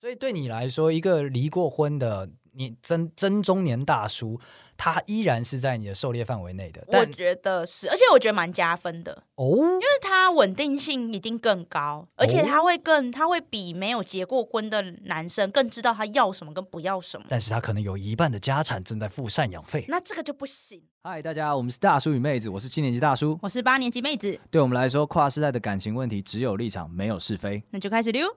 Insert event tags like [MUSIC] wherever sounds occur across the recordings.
所以对你来说，一个离过婚的你真真中年大叔，他依然是在你的狩猎范围内的。我但觉得是，而且我觉得蛮加分的，哦，因为它稳定性一定更高，而且它会更，它会比没有结过婚的男生更知道他要什么跟不要什么。但是他可能有一半的家产正在付赡养费。那这个就不行。嗨，大家，我们是大叔与妹子，我是七年级大叔。我是八年级妹子，对我们来说，跨世代的感情问题只有立场，没有是非。那就开始溜。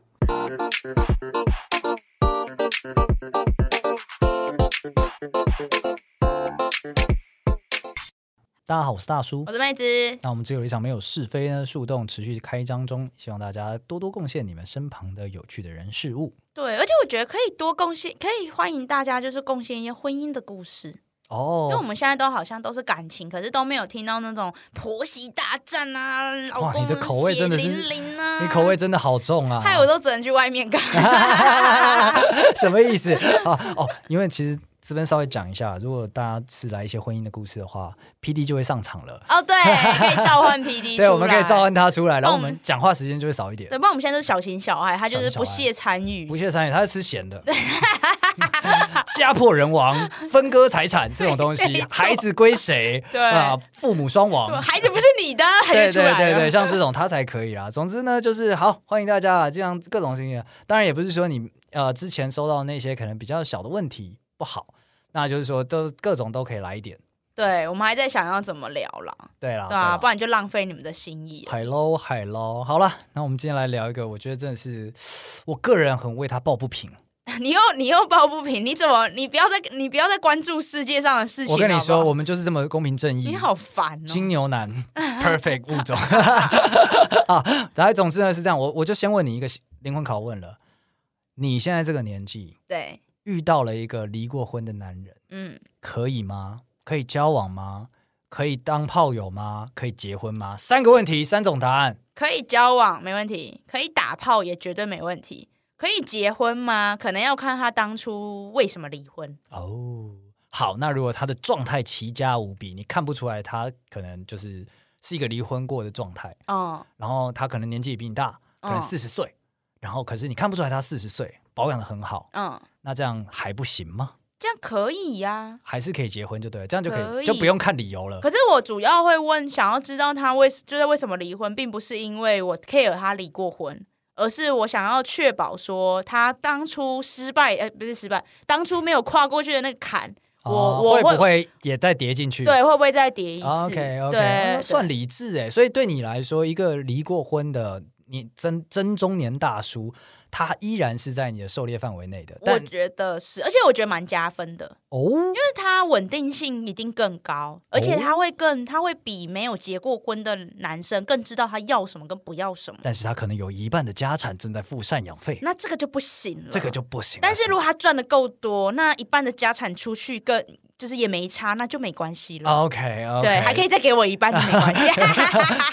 大家好，我是大叔我。是妹子，那我们只有立场，没有是非呢，树洞持续开张中，希望大家多多贡献你们身旁的有趣的人事物。对，而且我觉得可以多贡献，可以欢迎大家就是贡献一些婚姻的故事，因为我哦，们现在都好像都是感情，可是都没有听到那种婆媳大战啊，老哇公你的口味真的是血淋淋啊，你口味真的好重啊！害我都只能去外 [LAUGHS] 面看。什么意 [LAUGHS] 思啊？哦，因为其实这边稍微讲一下，如果大家是来一些婚姻的故事的话，P D 就会上场了。哦，对，可以召唤 PD 对，出我们可以来召唤他出来，然后那我我们们讲话时间就会少一点对，。不然我们现在都是小型小孩，他就是不屑参与不。屑参与，他是吃咸的， [LAUGHS] 家破人亡、分割财产这种东 [LAUGHS] 西，孩子归谁？对啊，父母双什么亡。孩子不是你的，他对就出对来对对，了。像这种他才可以啦。 [LAUGHS] 总之呢，就是好欢迎大家啊，这样各种心情。当然也不是说你呃之前收到那些可能比较小的问题不好，那就是说都各种都可以来一点。对，我们还在想要怎么聊啦，对啦，对啊，不对啦然就浪费你们的心意了。海捞海捞，好了，那我们今天来聊一个，我觉得真的是我个人很为他抱不平。你又你又抱不平，你怎么你不要再你不要再关注世界上的事情。我跟你好说，不好我们就是这么公平正义。你好烦哦。金牛 [LAUGHS] 男，perfect 物种 [LAUGHS] 啊。然后总之呢是这样，我我就先问你一个灵魂拷问了：你现在这个年纪对，遇到了一个离过婚的男人，嗯，可以吗？可以交往吗？可以当炮友吗？可以结婚吗？三个问题，三种答案。可以交往没问题，可以打炮也绝对没问题。可以结婚吗？可能要看他当初为什么离婚。哦，好，那如果他的状态奇佳无比，你看不出来他可能就是是一个离婚过的状态，哦、然后他可能年纪也比你大，可能嗯四十岁，然后可是你看不出来他四十岁，保养的很好，嗯，那这样还不行吗？这样可以呀、还是可以结婚就对了，这样就可以，可以就不用看理由了。可是我主要会问，想要知道他为就是为什么离婚，并不是因为我 care 他离过婚，而是我想要确保说他当初失败，呃，不是失败，当初没有跨过去的那个坎，我哦我会会不会也再叠进去？对，会不会再叠一次 OK OK，对，对哦算理智哎。所以对你来说，一个离过婚的你真真中年大叔，他依然是在你的狩猎范围内的。我但觉得是，而且我觉得蛮加分的，哦，因为它稳定性一定更高，而且他会更，他会比没有结过婚的男生更知道他要什么跟不要什么，但是他可能有一半的家产正在付赡养费，那这个就不行了，这个就不行了。但是如果他赚的够多，那一半的家产出去更就是也没差，那就没关系了。 OK 哦 OK， [LAUGHS] 对，还可以。再给我一半，没 [LAUGHS] 关系。 [LAUGHS]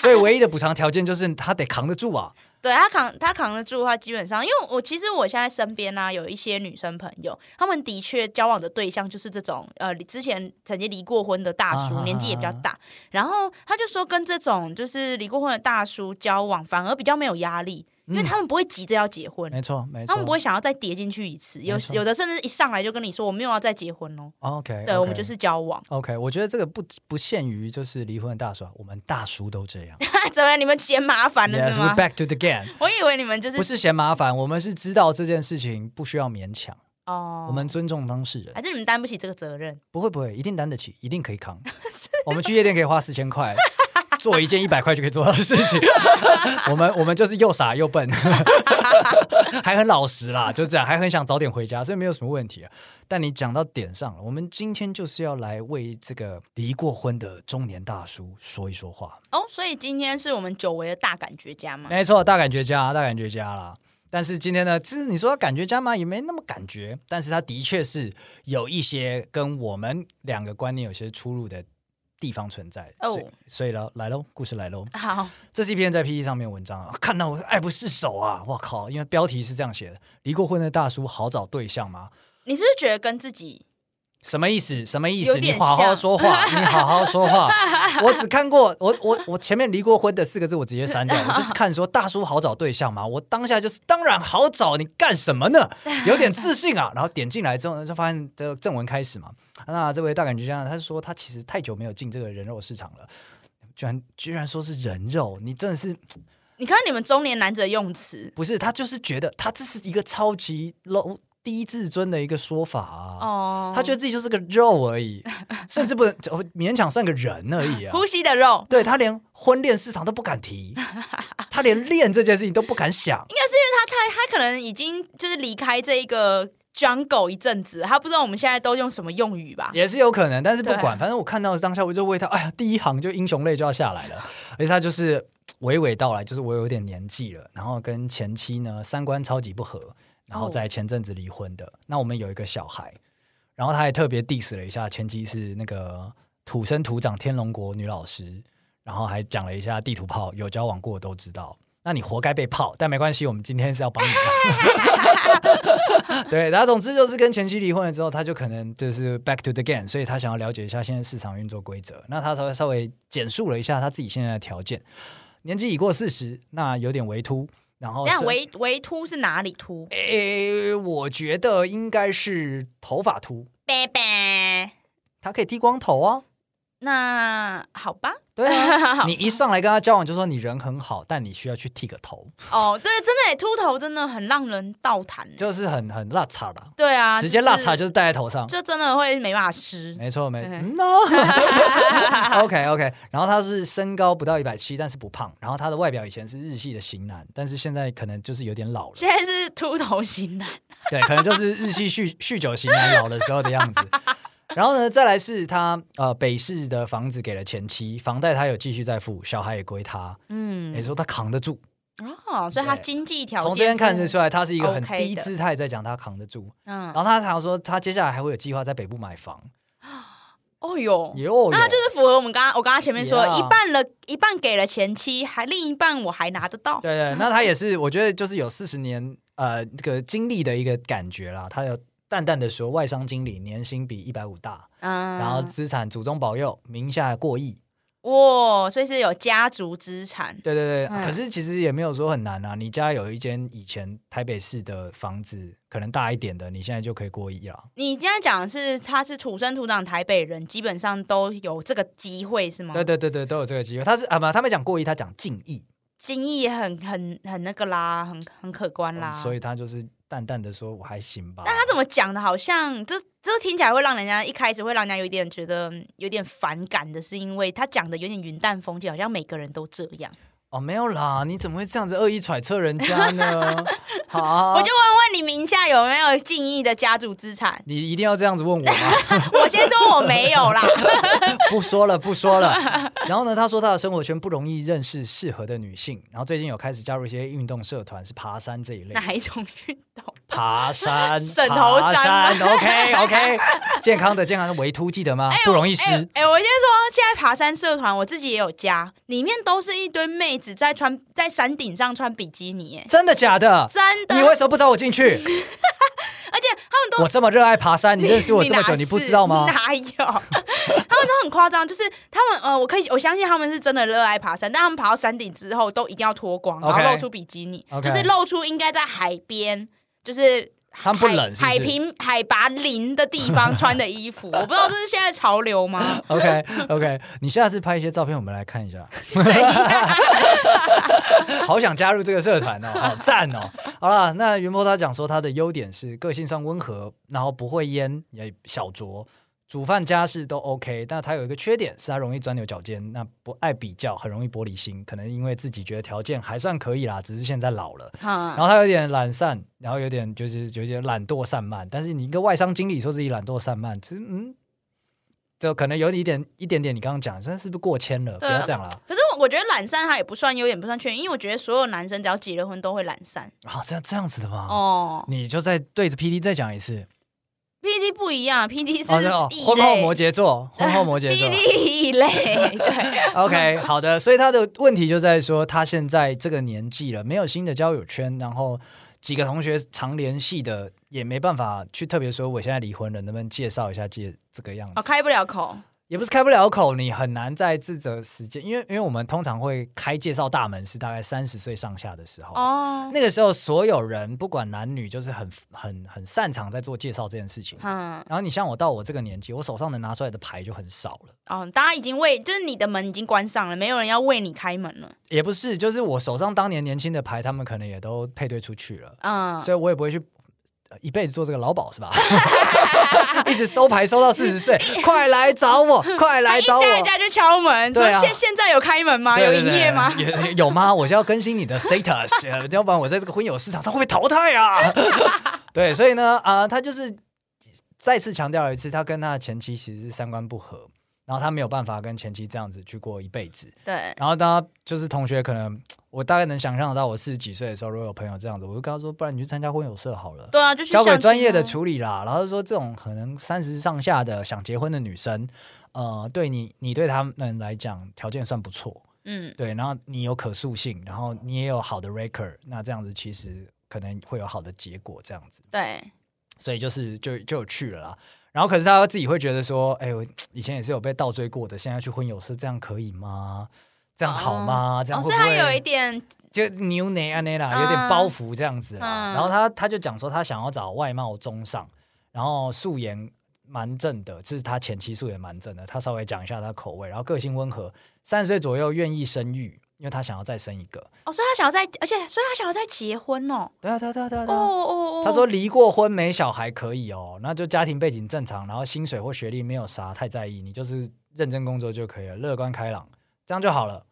所以唯一的补偿条件就是他得扛得住啊。对他扛他扛得住的话，基本上，因为我其实我现在身边呢、啊有一些女生朋友，她们的确交往的对象就是这种呃之前曾经离过婚的大叔，啊年纪也比较大。然后她就说跟这种就是离过婚的大叔交往，反而比较没有压力，因为他们不会急着要结婚，嗯没错没错，他们不会想要再叠进去一次。有没错有的甚至一上来就跟你说我没有要再结婚哦， OK，对我们就是交往。 [LAUGHS] OK，我觉得这个不不限于就是离婚的大叔，啊，我们大叔都这样。怎么你们嫌麻烦了 yes, 是吗 we're back to the game。我以为你们就是不是嫌麻烦，我们是知道这件事情不需要勉强，哦，哎我们尊重当事人。还是你们担不起这个责任？不会不会，一定担得起，一定可以扛。我们去夜店可以花四千块，做一件一百块就可以做到的事情。 [LAUGHS] 我们我们就是又傻又笨，还很老实啦，就这样，还很想早点回家，所以没有什么问题啊。但你讲到点上了，我们今天就是要来为这个离过婚的中年大叔说一说话。哦，所以今天是我们久违的大感觉家嘛？没错，大感觉家，大感觉家啦。但是今天呢，其实你说感觉家嘛，也没那么感觉，但是他的确是有一些跟我们两个观念有些出入的地方存在。哦所以所以呢，来喽，故事来喽。好，这是一篇在 PPT 上面的文章啊，看到我爱不释手啊！我靠，因为标题是这样写的：离过婚的大叔好找对象吗？你是不是觉得跟自己什么意思？什么意有思？你点好好像 [LAUGHS] 说话，你好好说话。我只看过我我我前面离过婚的四个字，我直接 [LAUGHS] 删掉。我就是看说大叔好找对象嘛，我当下就是当然好找，你干什么 [LAUGHS] 呢？有点自信啊。然后点进来之后呢，就发现这个正文开始嘛。那这位大感觉这样，他就说他其实太久没有进这个人肉市场了，居然居然说是人肉，你真的是你看你们中年男子的用词不是他就是觉得他这是一个超级 low 低自尊的一个说法啊。哦，他觉得自己就是个肉而已，甚至不能呃勉强算个人而 [LAUGHS] 已啊。呼吸的肉，对他连婚恋市场都不敢提，他连恋这件事情都不敢想。应该是因为他太他可能已经就是离开这一个 jungle 一阵子，他不知道我们现在都用什么用语吧？也是有可能，但是不对管，反正我看到当下，我就为他，哎呀，第一行就英雄泪就要下来了，而且他就是娓娓道来，就是我有点年纪了，然后跟前妻呢三观超级不合，然哦后在前阵子离婚的。那我们有一个小孩，然后他还特别 diss 了一下前妻是那个土生土长天龙国女老师，然后还讲了一下地图炮，有交往过的都知道。那你活该被泡，但没关系，我们今天是要帮你的。对，然后总之就是跟前妻离婚了之后，他就可能就是 back to the game，所以他想要了解一下现在市场运作规则。那他稍微稍微简述了一下他自己现在的条件，年纪已过四十，那有点微秃，然后但是维维秃是哪里秃？诶，我觉得应该是头发秃，拜拜。他可以剃光头啊。那 [LAUGHS] 好吧，对啊，你一上来跟他交往就说你人很好，但你需要去剃个头，哦，对，真的耶秃头真的很让人倒弹耶，就是很很辣叉的，对啊，直接辣叉就就是戴在头上是。就真的会没办法湿。没错，没嗯嗯 [LAUGHS] no OK OK，然后他是身高不到一百七，但是不胖，然后他的外表以前是日系的型男，但是现在可能就是有点老了，现在是秃头型男，对，可能就是日系酗酗酒型男老的时候的样子。然后呢，再来是他呃北市的房子给了前妻，房贷他有继续在付，小孩也归他，也嗯，说他扛得住。哦，所以他对经济条件从这边看是得出来，他是一个很 OK 低的姿态在讲他扛得住。嗯然，后他常说他接下来还会有计划在北部买房，哦哟，哟，那他就是符合我们刚刚我刚刚前面说 Yeah 一半了，一半给了前妻，还另一半我还拿得到。对对，那他也是，我觉得就是有四十年呃这个经历的一个感觉啦。他有淡淡的说，外商经理年薪比一百五大，嗯，然后资产祖宗保佑，名下过亿。哇，所以是有家族资产，对对对，嗯可是其实也没有说很难啊。你家有一间以前台北市的房子，可能大一点的，你现在就可以过亿了。你今天讲的是他是土生土长台北人，基本上都有这个机会是吗？对，对对对，都有这个机会。他是啊不，他没讲过亿，他讲近亿，经益也很很很那个啦，很很可观嗯啦。嗯所以他就是淡淡的说我还行吧。但他怎么讲的，好像就就听起来会让人家一开始会让人家有一点觉得嗯有点反感的，是因为他讲的有点云淡风轻，好像每个人都这样。哦没有啦，你怎么会这样子恶意揣测人家 [LAUGHS] 呢？好啊，我就问问你名下有没有进益的家族资 [LAUGHS] 产？你一定要这样子问我吗？我先说我没有啦。不说了，不说了。 [LAUGHS] 然后呢，他说他的生活圈不容易认识适合的女性，然后最近有开始加入一些运动社团，是爬山这一类的。 [LAUGHS] 哪一种运动？ [LAUGHS] 爬 [LAUGHS] 山，沈爬头山山，OK [LAUGHS] OK，健康的健康的维秃记得吗？不容易湿。哎、哎我先说，现在爬山社团我自己也有加，里面都是一堆妹子在穿在山顶上穿比基尼、哎，真的假的？真的，你为什么不找我进去？ [LAUGHS] 而且他们都。我这么热爱爬山，你认识我这么久，哪你不是知道吗？ [LAUGHS] 哪有？他们都很夸张，就是他们呃，我可以我相信他们是真的热爱爬山，但他们爬到山顶之后都一定要脱光，然 OK 后露出比基尼 OK 就是露出应该在海边，就是他们不冷是不海海是 [LAUGHS] 平海拔零的地方穿的衣服，我不知道这是现在潮流 [LAUGHS] 吗？ OK OK，你下次拍一些照片，我们来看一下。 [LAUGHS] 好想加入这个社团哦，好赞哦！好了，那云波他讲说他的优点是个性算温和，然后不会烟，也小酌，煮饭家事都 OK。但他有一个缺点是他容易钻牛角尖，那不爱比较，很容易玻璃心。可能因为自己觉得条件还算可以啦，只是现在老了。哈、然后他有点懒散，然后有点就是有点懒惰散漫。但是你一个外商经理说自己懒惰散漫，其实嗯，就可能有一点一点点你刚刚讲，真的是不是过谦了？不对啊要这样了可是我我觉得懒散他也不算优点，不算缺点，因为我觉得所有男生只要结了婚都会懒散。啊！这样这样子的吗？哦你就再对着 P D 再讲一次。 ，P D 不一样，P D 是哦，对哦，异婚后摩类羯 [LAUGHS] 座，婚后摩羯，P 座。 D 异类， [LAUGHS] 对， OK，好的，所以他的问题就在说，他现在这个年纪了，没有新的交友圈，然后几个同学常联系的，也没办法去特别说我现在离婚了，能不能介绍一下介这个样子？哦，开不了口，也不是开不了口，你很难在自责时间，因为因为我们通常会开介绍大门是大概三十岁上下的时候。哦，那个时候，所有人不管男女，就是很很很擅长在做介绍这件事情。嗯，然后你像我到我这个年纪，我手上能拿出来的牌就很少了。哦，大家已经为，就是你的门已经关上了，没有人要为你开门了，也不是，就是我手上当年年轻的牌，他们可能也都配对出去了，嗯，所以我也不会去。呃一辈子做这个老鸨是吧？ [LAUGHS] 一直收牌收到四十岁，快来找我，快他来哎一找我！家一家就敲门，说对啊现现在有开门吗？对有对营业吗？对有 [LAUGHS] 有吗？我是要更新你的 status，呃 [LAUGHS] 要不然我在这个婚友市场上会被淘汰啊！ [LAUGHS] 对，所以呢，啊、他就是再次强调了一次，他跟他的前妻其实是三观不合，然后他没有办法跟前妻这样子去过一辈子。对，然后大家就是同学，可能我大概能想象得到，我四十几岁的时候，如果有朋友这样子，我就跟他说，不然你去参加婚友社好了。对啊，就去交给相亲专业的啊处理啦，然后说这种可能三十上下的想结婚的女生，呃，对你你对他们来讲条件算不错，嗯，对，然后你有可塑性，然后你也有好的 record，那这样子其实可能会有好的结果，这样子，对，所以就是就就有去了啦。然后可是他自己会觉得说，哎、我以前也是有被倒追过的，现在去婚友社这样可以吗？这样好吗？这样哦，会所以不他会、有一点，就牛奶啊那啦，有点包袱这样子啊。嗯然后他他就讲说，他想要找外貌中上，然后素颜蛮正的，这是他前期素颜蛮正的。他稍微讲一下他口味，然后个性温和，三十岁左右愿意生育，因为他想要再生一个。哦，所以他想要在，而且所以他想要再结婚哦，对啊对啊对啊对啊。哦对啊哦哦，他说离过婚没小孩可以哦，那就家庭背景正常，然后薪水或学历没有啥太在意，你就是认真工作就可以了，乐观开朗，这样就好了。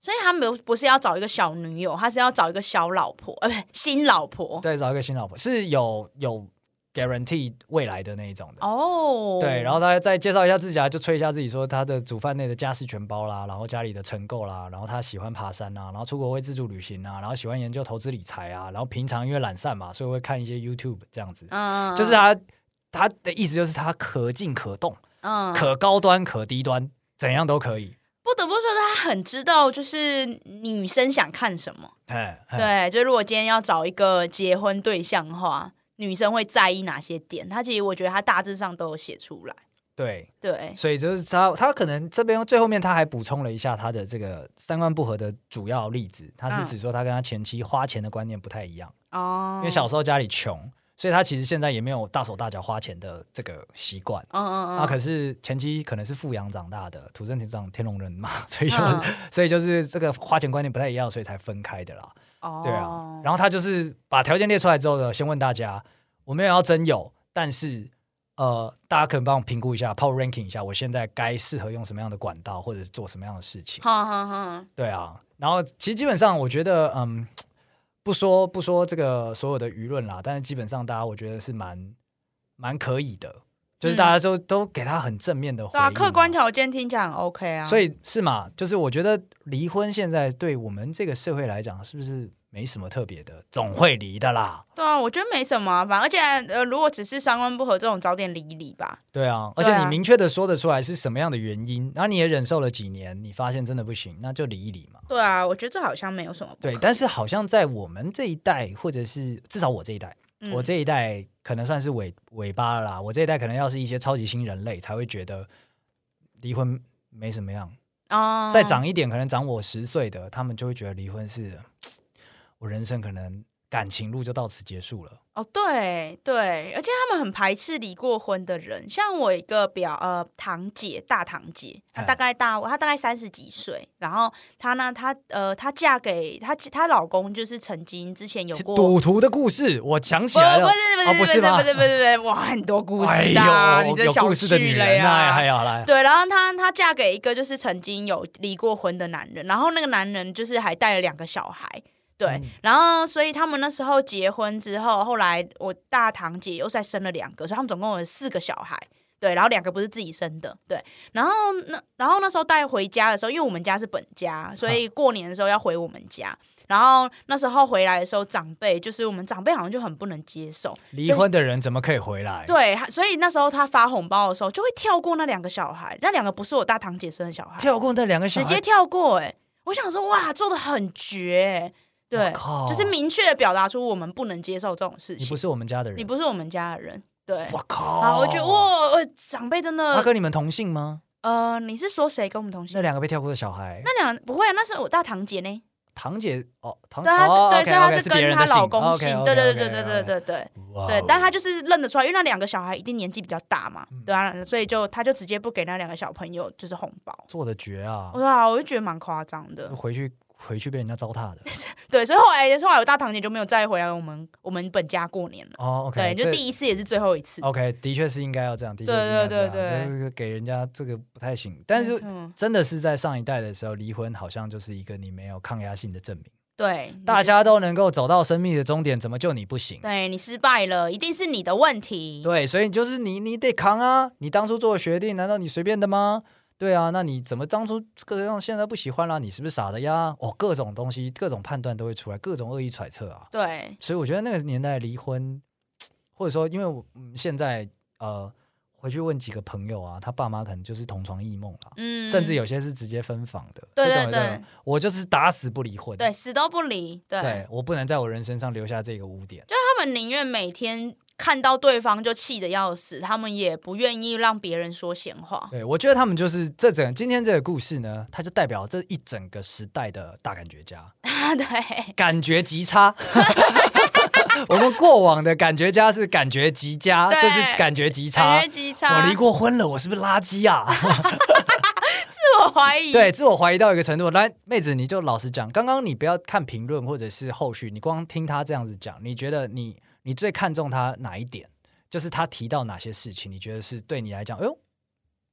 所以他没有不是要找一个小女友，他是要找一个小老婆，呃，不是新老婆。对，找一个新老婆是有有 guarantee 未来的那一种的。哦，对，然后他再介绍一下自己啊，就吹一下自己，说他的煮饭类的家事全包啦，然后家里的晨购啦，然后他喜欢爬山啊，然后出国会自助旅行啊，然后喜欢研究投资理财啊，然后平常因为懒散嘛，所以会看一些 YouTube 这样子，嗯，就是他他的意思就是他可进可动，嗯，可高端可低端，怎样都可以。不得不说他很知道，就是女生想看什么。哎，嘿，对，就如果今天要找一个结婚对象的话，女生会在意哪些点？他其实我觉得他大致上都有写出来。对，对，所以就是他，他可能这边最后面他还补充了一下他的这个三观不合的主要例子，他是嗯指说他跟他前妻花钱的观念不太一样。哦，因为小时候家里穷，所以他其实现在也没有大手大脚花钱的这个习惯。嗯，嗯嗯啊，嗯，可是前期可能是富养长大的，土生土长天龙人嘛，所以就、嗯所以就是这个花钱观念不太一样，所以才分开的啦。哦，对啊，然后他就是把条件列出来之后呢，先问大家，我没有要真有，但是呃，大家可能帮我评估一下，power ranking 一下，我现在该适合用什么样的管道，或者是做什么样的事情。哈哈哈，对啊，然后其实基本上我觉得，嗯，不说不说这个所有的舆论啦，但是基本上大家我觉得是蛮蛮可以的，就是大家都、都给他很正面的回嗯对应、啊，客观。条件听起来很 OK 啊。所以是嘛？就是我觉得离婚现在对我们这个社会来讲，是不是没什么特别的？总会离的啦，对啊，我觉得没什么、啊，反正而且呃，如果只是三观不合这种，早点离一离吧。对啊。而对啊且你明确的说得出来是什么样的原因，然后你也忍受了几年，你发现真的不行，那就离一离嘛。对啊，我觉得这好像没有什么不对，可但是好像在我们这一代，或者是至少我这一代，嗯我这一代可能算是尾尾巴了啦。我这一代可能要是一些超级新人类，才会觉得离婚没什么样。哦再长一点，可能长我十岁的，他们就会觉得离婚是我人生可能感情路就到此结束了。哦，对对，而且他们很排斥离过婚的人，像我一个表呃堂姐大堂姐，她哎大概大我，她大概三十几岁，然后她呢，她呃她嫁给她她老公就是曾经之前有是过赌徒的故事，我想不起来了。哦不不是不是是不吗是不是不是不是哇，很多故哎事呦，的啊，你这有小故事的女剧了人呀，那还有来，对，然后她她嫁给一个就是曾经有离过婚的男人，然后那个男人就是还带了两个小孩。对，嗯然后所以他们那时候结婚之后，后来我大堂姐又再生了两个，所以他们总共有四个小孩。对，然后两个不是自己生的，对。然后那然后那时候带回家的时候，因为我们家是本家，所嗯以过年的时候要回我们家。然后那时候回来的时候，长辈就是我们长辈好像就很不能接受，离所以婚的人怎么可以回来？对，他所以那时候他发红包的时候，就会跳过那两个小孩，那两个不是我大堂姐生的小孩，跳过那两个小直孩接，跳过、欸。哎，我想说，哇，做的很绝、欸。对靠，就是明确的表达出我们不能接受这种事哦你情不。是我们家的人，你不是我们家的人，对。我靠！好，我觉得哇，呃长辈真他的，跟你们同姓吗？呃，你是说谁跟我们同姓那？两个被跳过的小孩，那两不会啊，那是我大堂姐呢。堂姐哦，堂对，她是哦对，所以她 OK，OK，是别跟人她的老公姓姓。 ，OK，OK，OK，对对对 OK，OK，对对对对哇哦嗯对，但她就是认得出来，因为那两个小孩一定年纪比较大嘛，对啊，所以就她就直接不给那两个小朋友就是红包。做的绝啊我，说啊，我就觉得蛮夸张的。回去回去被人家糟蹋的。对，所以后来后来我大堂姐就没有再回来我们我们本家过年了。哦，OK，对，就这哦第一次也是最后一次。 OK，的确是应该要这样，的确对是应该要这样，对对对这个给人家这个不太行。但是嗯，真的是在上一代的时候，离婚好像就是一个你没有抗压性的证明。嗯对，大家都能够走到生命的终点，怎么就你不行？对你失败了，一定是你的问题。对，所以就是你，你得扛啊！你当初做的决定，难道你随便的吗？对啊，那你怎么当初这个样，现在不喜欢啦、你是不是傻的呀？哦，各种东西，各种判断都会出来，各种恶意揣测啊。对所以我觉得那个年代离婚，或者说，因为我、嗯、现在呃回去问几个朋友啊，他爸妈可能就是同床异梦啦，嗯，甚至有些是直接分房的。对这对种对，我就是打死不离婚。对死都不离。对，对我不能在我人身上留下这个污点。他们宁愿每天看到对方就气得要死，他们也不愿意让别人说闲话。 [LAUGHS] 对，我觉得他们就是这整今天这个故事呢，它就代表这一整个时代的大感觉家，对，感觉极差。 [LAUGHS] 我们过往的感觉家是感觉极佳，对这是感觉极差感觉。极我差，离过婚了，我是不是垃圾 [LAUGHS] 啊？自我怀疑。对，自我怀疑到一个程度。来，妹子，你就老实讲，刚刚你不要看评论或者是后续，你光听他这样子讲，你觉得你你最看重他哪一点？就是他提到哪些事情，你觉得是对你来讲，哎呦，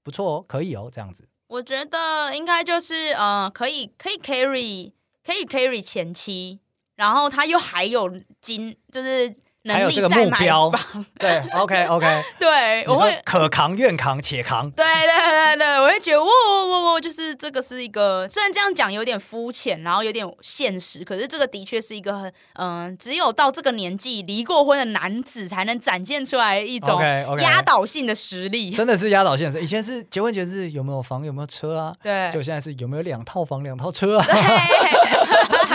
不错哦，可以哦，这样子。我觉得应该就是呃，可以可以 carry 可以 carry 前期，然后他又还有金，就是还能有力这个再目买标房。 [LAUGHS] [LAUGHS] 对，OK OK，对，你我说会。可扛、愿扛、且扛。对对对对，我会觉得哇哇哇哇，就是这个是一个，虽然这样讲有点肤浅，然后有点现实，可是这个的确是一个很，嗯、只有到这个年纪离过婚的男子才能展现出来一种 OK，OK 压倒性的实力。真的是压倒性的事。以前是结婚前是有没有房、有没有车啊？对就现在是有没有两套房、两套车啊？ [LAUGHS] 对，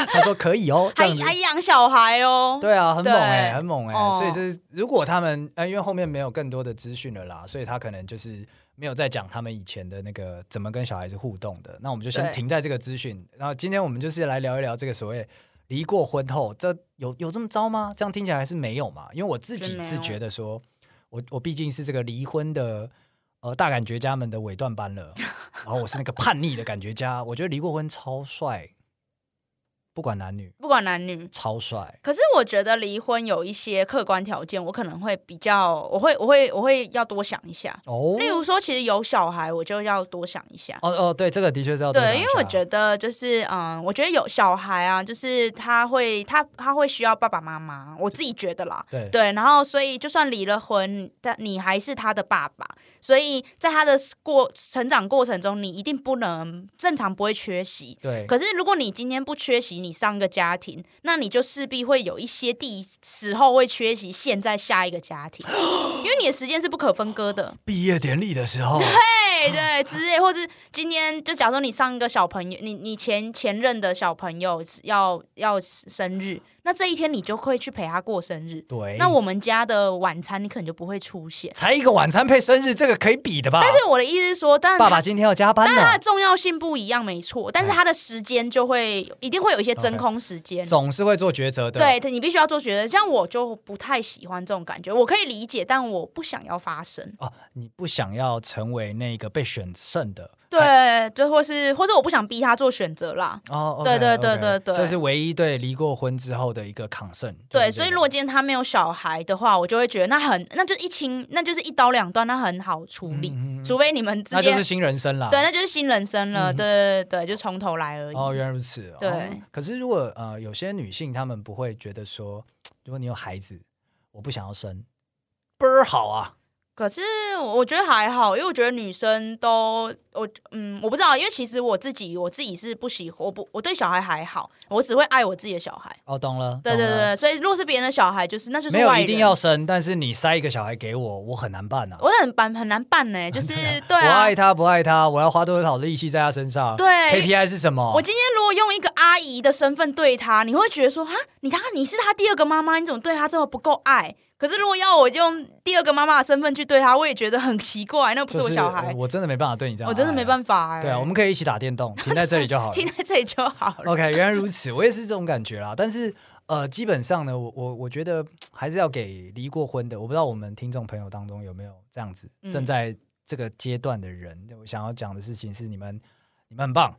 他说可以哦，这样子还还养小孩哦。对啊，很猛哎、对很猛哎、哦所以就是如果他们，呃，因为后面没有更多的资讯了啦，所以他可能就是没有再讲他们以前的那个怎么跟小孩子互动的。那我们就先对停在这个资讯。然后今天我们就是来聊一聊这个所谓离过婚后，这有有这么糟吗？这样听起来是没有嘛？因为我自己真没是有觉得说，我我毕竟是这个离婚的。呃，大感觉家们的尾段班 [LAUGHS] 了，然后我是那个叛逆的感觉家，我觉得离过婚超帅，不管男女不管男女，超帅。可是我觉得离婚有一些客观条件，我可能会比较，我会我会我会要多想一下。哦，例如说，其实有小孩，我就要多想一下。哦哦，对，啊这个的确是要多对，因为我得觉得就是，嗯，我觉得有小孩啊，就是他会他他会需要爸爸妈妈，我自己觉得啦。对对，然后所以就算离了婚，但你还是他的爸爸，所以在他的过成长过程中，你一定不能正常不会缺席。对可是如果你今天不缺席你上个家庭，那你就势必会有一些第时候会缺席现在下一个家 [GASPS] 庭，因为你的时间是不可分割的。毕业典礼的时候，对对，之类，或是今天就假如说你上一个小朋友，你你前前任的小朋友要要生日，那这一天你就会去陪他过生日。对，那我们家的晚餐你可能就不会出现。才一个晚餐配生日，这个可以比的吧？但是我的意思是说，但爸爸今天要加班它呢哎的，重要性不一样，没错，但是它的时间就会一定会有一些真空时间。总是会做抉择的。，对，你必须要做抉择。像我就不太喜欢这种感觉，我可以理解，但我不想要发生。哦，你不想要成为那个被选胜的，哎对，就或是或是我不想逼他做选择啦。哦，对 OK，对 OK，对对对这是唯一对离过婚之后的一个抗胜。就对，是这所个以如果今天他没有小孩的话，我就会觉得那很，那就一清，那就是一刀两断，那很好处理。嗯嗯嗯除非你们之那就间、是新人生啦。对，那就是新人生了，嗯对对对，就从头来而已。哦，原来如此。哦对可是如果呃，有些女性她们不会觉得说，如果你有孩子，我不想要生，倍儿好啊。可是我觉得还好，因为我觉得女生都我嗯，我不知道，因为其实我自己我自己是不喜我不我对小孩还好，我只会爱我自己的小孩。哦，懂了，对对懂了，对，所以如果是别人的小孩，就是那就是没有外一人定要，生，但是你塞一个小孩给我，我很难办啊。我很难很难办呢、 [LAUGHS] 就是我对啊爱。他不爱他，我要花多少力气在他身上？对，KPI 是什么？我今天如果用一个阿姨的身份对她，你会觉得说啊，你她你是她第二个妈妈，你怎么对她这么不够爱？可是如果要我用第二个妈妈的身份去对她，我也觉得很奇怪，那不就是我小孩，呃我真的没办法对你这样，我真的没法。办法、哎。对 [LAUGHS] 啊，我们可以一起打电动，停在这里就好了。停在这里就好了。 OK，原来如此，我也是这种感觉啦。但是呃，基本上呢，我我我觉得还是要给离过婚的，我不知道我们听众朋友当中有没有这样子、嗯正在这个阶段的人。我想要讲的事情是，你们你们很棒，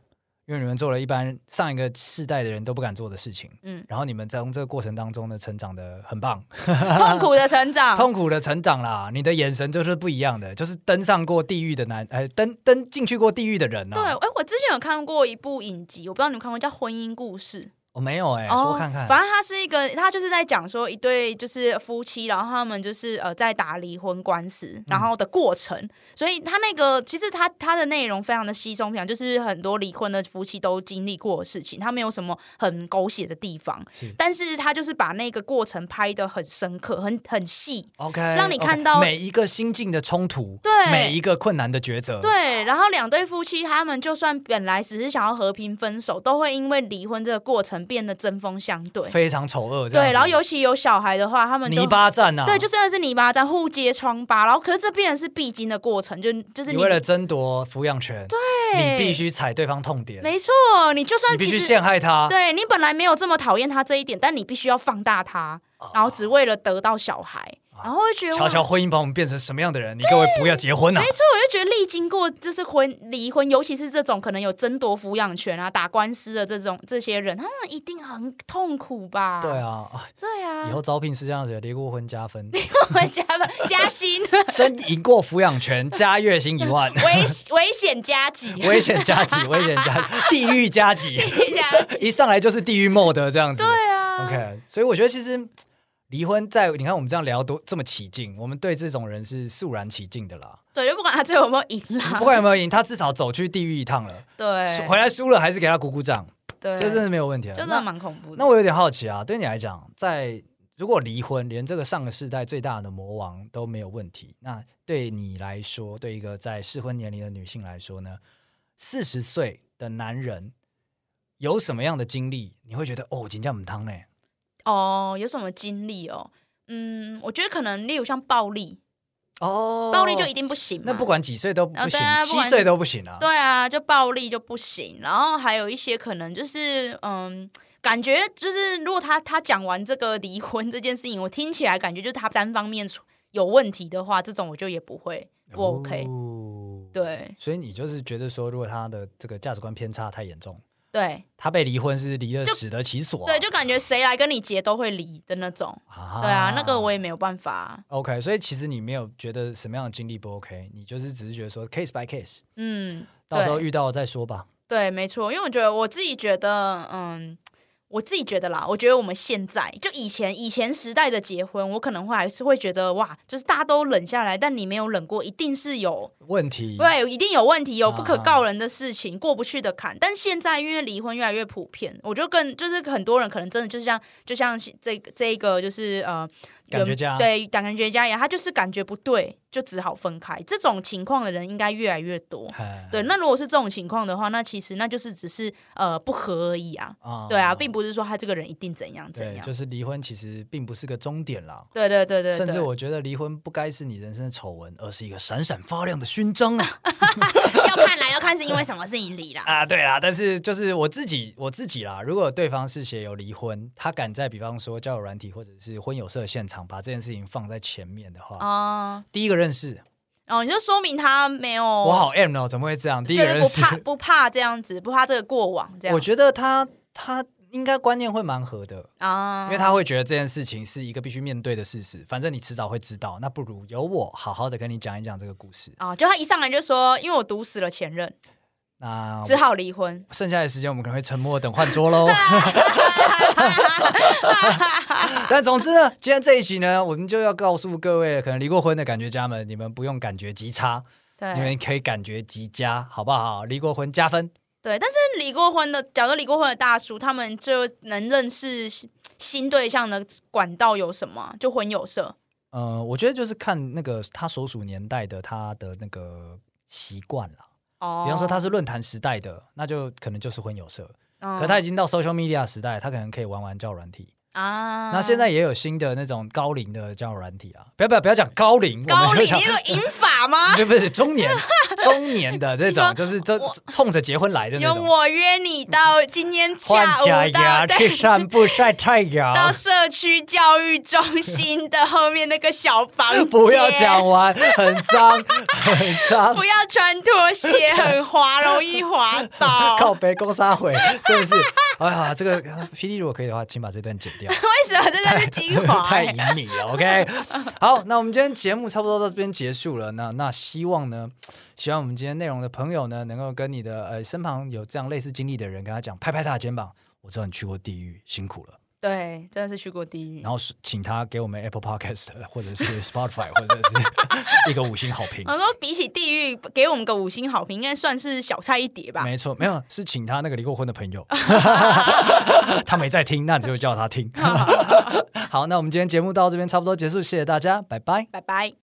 因为你们做了一般上一个世代的人都不敢做的事情。嗯，然后你们在这个过程当中呢，成长的很棒， [LAUGHS] 痛苦的成 [LAUGHS] [LAUGHS] 长，痛苦的成长啦。你的眼神就是不一样的，就是登上过地狱的男，呃，登登进去过地狱的人对，啊。哎，我之前有看过一部影集，我不知道你们看过，叫《婚姻故事》。我、没有哎、哦说看看。反正它是一个，它就是在讲说一对就是夫妻，然后他们就是呃在打离婚官司，然后的过程。所以它那个其实它它的内容非常的稀松平常，就是很多离婚的夫妻都经历过的事情，它没有什么很狗血的地方是，但是它就是把那个过程拍的很深刻，很很细。 OK，让你 OK，看到每一个心境的冲突，对每一个困难的抉择，，对，然后两对夫妻他们就算本来只是想要和平分手，都会因为离婚这个过程变得针锋相对。非常丑恶这样子，对，然后尤其有小孩的话，他们就泥巴战呐、啊，对，就真的是泥巴在互揭疮疤。然后，可是这变成是必经的过程，就就是你你为了争夺抚养权，对你必须踩对方痛点，没错，你就算你必其须实陷害他，对你本来没有这么讨厌他这一点，但你必须要放大他，哦然后只为了得到小孩，然后会觉得瞧哇瞧婚姻把我们变成什么样的人，你各位不要结婚啊没！错，我就觉得历经过就是婚离婚，尤其是这种可能有争夺抚养权啊、打官司的这种这些人，他们一定很痛苦吧？对，啊，啊对啊，以后招聘是这样子，离过婚加 [LAUGHS] 分，我们加班加薪，真赢过抚养权加月薪一 [LAUGHS] 万，危危险加急，危险加级，危险加级，地狱加级， [LAUGHS] 加急，一上来就是地狱 mode 这样子，对啊 OK，所以我觉得其实嘖离婚在你看我们这样聊多这么起劲，我们对这种人是肃然起敬的啦。对，就不管他最后有没有赢啦，不管有没有赢，他至少走去地狱一趟了，啊对，回来输了还是给他鼓鼓掌，对，这真的没有问题啊。就真的那蛮恐怖的。那我有点好奇啊，对你来讲，在如果离婚，连这个上个世代最大的魔王都没有问题，那对你来说，对一个在适婚年龄的女性来说呢，四十岁的男人有什么样的经历，你会觉得哦，金价母汤呢？哦，有什么经历哦？嗯，我觉得可能例如像暴力，哦暴力就一定不行嘛。那不管几岁都不啊行对啊，不七管是岁都不行啊。对啊，就暴力就不行。然后还有一些可能就是嗯。感觉就是，如果他他讲完这个离婚这件事情，我听起来感觉就是他单方面出有问题的话，这种我就也不会嗯不 OK、哦。对所以你就是觉得说，如果他的这个价值观偏差太严重，对他被离婚是离的就死得其所啊、对，就感觉谁来跟你结都会离的那种。啊对啊，那个我也没有办法啊、 OK。所以其实你没有觉得什么样的经历不 OK，你就是只是觉得说 case by case，嗯，到时候对遇到了再说吧。对，没错，因为我觉得我自己觉得，嗯，我自己觉得啦，我觉得我们现在就以前以前时代的结婚，我可能会还是会觉得哇，就是大家都冷下来，但你没有冷过，一定是有问题对，一定有问题，有不可嗯啊告人的事情，过不去的坎。但现在因为离婚越来越普遍，我就更就是很多人可能真的就像就像这个这个就是呃。感觉家原对感觉家一样，他就是感觉不对，就只好分开。这种情况的人应该越来越多。哎对，那啊如果是这种情况的话，那其实那就是只是呃不合而已啊。啊对啊，并不是说他这个人一定怎样怎对，样就。是离婚其实并不是个终点啦。对对对对，甚至对我觉得离婚不该是你人生的丑闻，而是一个闪闪发亮的勋章啊！ [LAUGHS] 要看来要看是因为什么事情离啦。 [LAUGHS] 啊，对啦，但是就是我自己我自己啦，如果对方是写有离婚，他敢在比方说交友软体或者是婚友社现场把这件事情放在前面的话，哦第一个认识哦，你就说明他没有，我好 M 哦，怎么会这样？第就一个是认不识，怕不怕这样子，不怕这个过往这样。我觉得他他应该观念会蛮合的，得啊，因为他会觉得这件事情是一个必须面对的事实，反正你迟早会知道，那不如由我好好的跟你讲一讲这个故事。啊，就他一上来就说，因为我毒死了前任，那只好离婚。剩下的时间我们可能会沉默等换桌喽。 [LAUGHS] 但总之呢，今天这一集呢，我们就要告诉各位，可能离过婚的感觉家们，你们不用感觉极差，你对们可以感觉极佳，好不好？离过婚加分，对，但是离过婚的，假如离过婚的大叔，他们就能认识新新对象的管道有什么啊？就婚友社。呃，我觉得就是看那个他所属年代的他的那个习惯啦。哦，比方说他是论坛时代的，那就可能就是婚友社，嗯，可他已经到 social media 时代，他可能可以玩玩交友软体。啊，那现在也有新的那种高龄的交友软体啊，不要不要不要讲高龄，高我们就龄讲 [LAUGHS] 你有银发吗？对不是中 [LAUGHS] 年中年的这你种，说就是这我冲着结婚来的那有种，我约你到今天换下假午到牙去对。散步晒太阳。到社区教育中心的后面那个小房 [LAUGHS] 间，不要讲完，很 [LAUGHS] 脏，很脏不。要穿拖鞋，很滑，容易滑倒。靠北攻杀回，真的是，哎呀，这个霹雳如果可以的话，请把这段剪掉。为什么这才是 [LAUGHS] 精华、太欸？隐你了，OK。好，那我们今天节目差不多到这边结束了。那那希望呢，喜欢我们今天内容的朋友呢，能够跟你的呃身旁有这样类似经历的人，跟他讲，拍拍他的肩膀，我知道你去过地狱，辛苦了。嗯对，真的是去过地狱然。后是请他给我们 Apple Podcast 或者是 Spotify 或者是一个五星好 [LAUGHS] 评。我说，比起地狱，给我们个五星好评，应该算是小菜一碟吧。没错，没有是请他那个离过婚的朋友， [LAUGHS] 他没在听，那你就 [LAUGHS] 叫他听。好，那我们今天节目到这边差不多结束，谢谢大家，拜拜。拜拜。